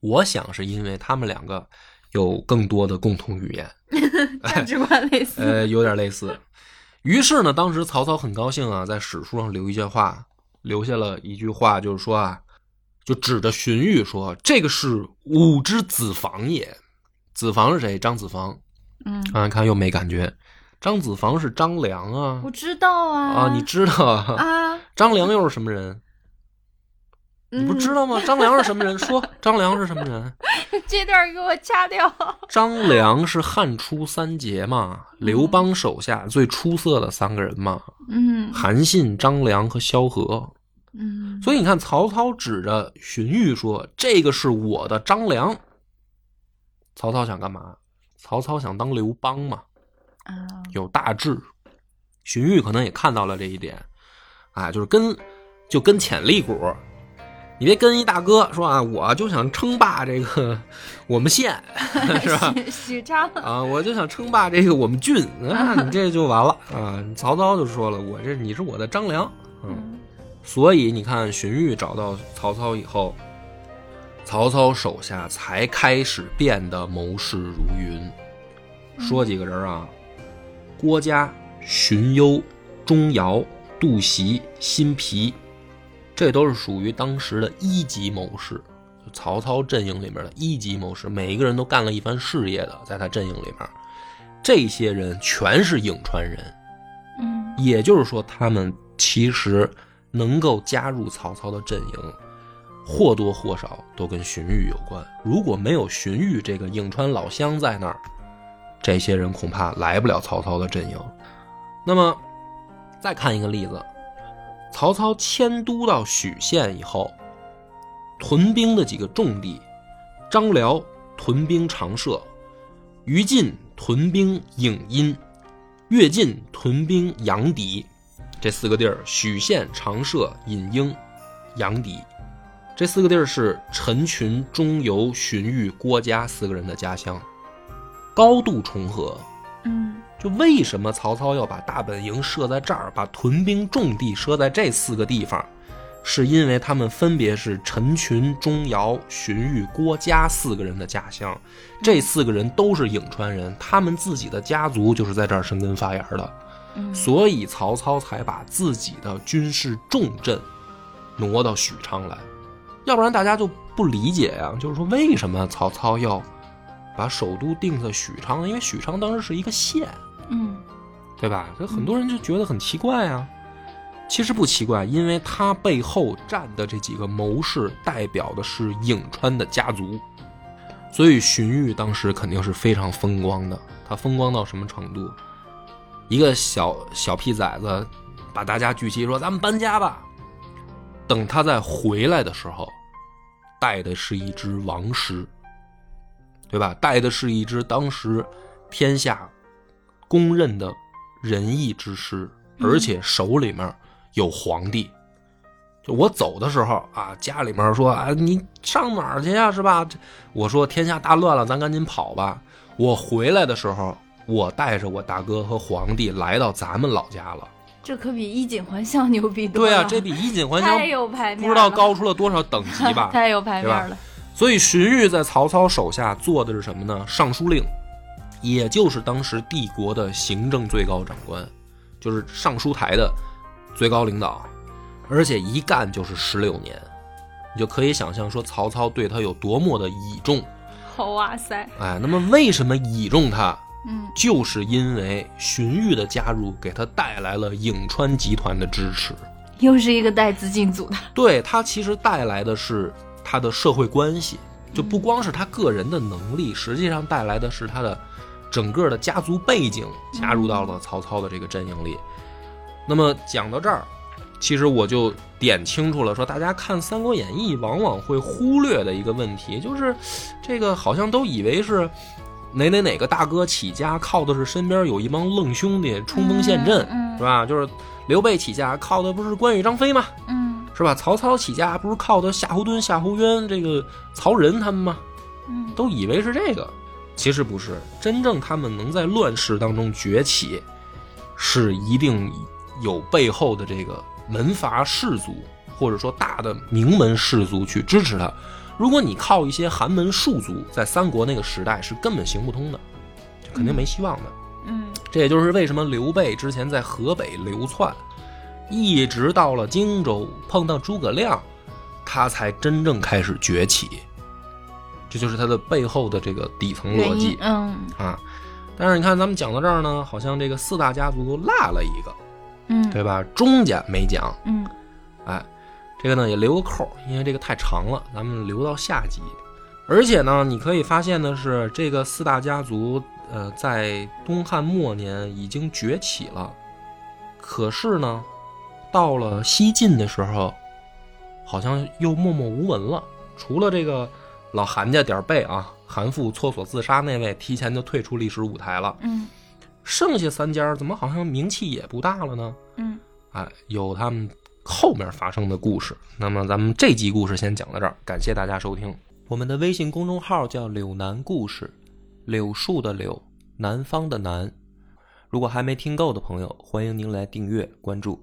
B: 我想是因为他们两个有更多的共同语言，
D: *laughs* 价值观类
B: *laughs*
D: 似。
B: 呃，有点类似。于是呢，当时曹操很高兴啊，在史书上留一句话，留下了一句话，就是说啊，就指着荀彧说：“这个是吾之子房也。”子房是谁？张子房
D: 嗯，
B: 啊，看又没感觉。张子房是张良啊
D: 我知道啊
B: 啊，你知道啊？
D: 啊，
B: 张良又是什么人？你不知道吗？张良是什么人？说 *laughs* 张良是什么人？
D: 这段给我掐掉。
B: 张良是汉初三杰嘛，刘邦手下最出色的三个人嘛。
D: *laughs* 嗯
B: 韩信、张良和萧何。
D: 嗯，
B: 所以你看，曹操指着荀彧说：“这个是我的张良。”曹操想干嘛？曹操想当刘邦嘛，
D: 啊，
B: 有大志。荀彧可能也看到了这一点，啊，就是跟就跟潜力股，你别跟一大哥说啊，我就想称霸这个 *laughs* 我们县，是吧？
D: *laughs* 许许昌，
B: 啊，我就想称霸这个我们郡，那、你这就完了啊！曹操就说了，我这你是我的张良，嗯，所以你看荀彧找到曹操以后，曹操手下才开始变得谋士如云。说几个人啊，郭嘉、荀攸、钟繇、杜袭、辛毗，这都是属于当时的一级谋士，就曹操阵营里面的一级谋士，每一个人都干了一番事业的，在他阵营里面，这些人全是颍川人，
D: 嗯
B: 也就是说，他们其实能够加入曹操的阵营，或多或少都跟荀彧有关。如果没有荀彧这个颍川老乡在那儿，这些人恐怕来不了曹操的阵营。那么，再看一个例子，曹操迁都到许县以后，屯兵的几个重地，张辽屯兵长社，于禁屯兵颍阴，乐进屯兵阳翟，这四个地儿，许县、长社、颍英、阳翟，这四个地儿是陈群、钟繇、荀彧、郭嘉四个人的家乡，高度重合。
D: 嗯
B: 就为什么曹操要把大本营设在这儿，把屯兵重地设在这四个地方？是因为他们分别是陈群、钟繇、荀彧、郭嘉四个人的家乡，这四个人都是颍川人，他们自己的家族就是在这儿生根发芽的，
D: 嗯
B: 所以曹操才把自己的军事重镇挪到许昌来，要不然大家就不理解呀、就是说为什么曹操要把首都定在许昌呢？因为许昌当时是一个县，
D: 嗯
B: 对吧？这很多人就觉得很奇怪啊。其实不奇怪，因为他背后站的这几个谋士代表的是颍川的家族，所以荀彧当时肯定是非常风光的。他风光到什么程度？一个小小屁崽子把大家聚齐说：“咱们搬家吧。”等他再回来的时候，带的是一只王狮，对吧？带的是一只当时天下公认的仁义之师，而且手里面有皇帝。就我走的时候啊，家里面说啊，你上哪儿去呀、是吧？这我说天下大乱了，咱赶紧跑吧。我回来的时候，我带着我大哥和皇帝来到咱们老家了。
D: 这可比衣锦还乡牛逼多
B: 对
D: 了。
B: 啊，这比衣锦还乡
D: 太有排面了，
B: 不知道高出了多少等级
D: *laughs*
B: 吧？
D: 太有排面了。
B: 所以荀彧在曹操手下做的是什么呢？尚书令，也就是当时帝国的行政最高长官，就是尚书台的最高领导，而且一干就是十六年，你就可以想象说曹操对他有多么的倚重。
D: 好哇塞，
B: 哎，那么为什么倚重他？
D: 嗯
B: 就是因为荀彧的加入给他带来了颍川集团的支持。
D: 又是一个带资进组的。
B: 对他其实带来的是他的社会关系，就不光是他个人的能力，实际上带来的是他的整个的家族背景加入到了曹操的这个阵营里。那么讲到这儿，其实我就点清楚了，说大家看《三国演义》往往会忽略的一个问题，就是这个好像都以为是。哪哪哪个大哥起家靠的是身边有一帮愣兄弟冲锋陷阵，
D: 嗯嗯
B: 是吧？就是刘备起家靠的不是关羽、张飞吗？
D: 嗯
B: 是吧？曹操起家不是靠的夏侯惇、夏侯渊、这个曹仁他们吗？
D: 嗯
B: 都以为是这个，其实不是。真正他们能在乱世当中崛起，是一定有背后的这个门阀士族，或者说大的名门士族去支持他。如果你靠一些寒门庶族，在三国那个时代是根本行不通的，就肯定没希望的。
D: 嗯
B: 这也就是为什么刘备之前在河北流窜，一直到了荆州碰到诸葛亮，他才真正开始崛起。这就是他的背后的这个底层逻
D: 原
B: 辑
D: 因嗯
B: 啊。但是你看，咱们讲到这儿呢，好像这个四大家族落了一个，
D: 嗯
B: 对吧？钟家没讲，
D: 嗯
B: 哎，这个呢也留个扣儿，因为这个太长了，咱们留到下集。而且呢，你可以发现的是，这个四大家族，呃，在东汉末年已经崛起了，可是呢，到了西晋的时候，好像又默默无闻了。除了这个老韩家点儿背啊，韩馥厕所自杀那位提前就退出历史舞台了，
D: 嗯
B: 剩下三家儿怎么好像名气也不大了呢？
D: 嗯
B: 哎，有他们后面发生的故事。那么咱们这集故事先讲到这儿，感谢大家收听。我们的微信公众号叫“柳南故事”，柳树的柳，南方的南。如果还没听够的朋友，欢迎您来订阅关注。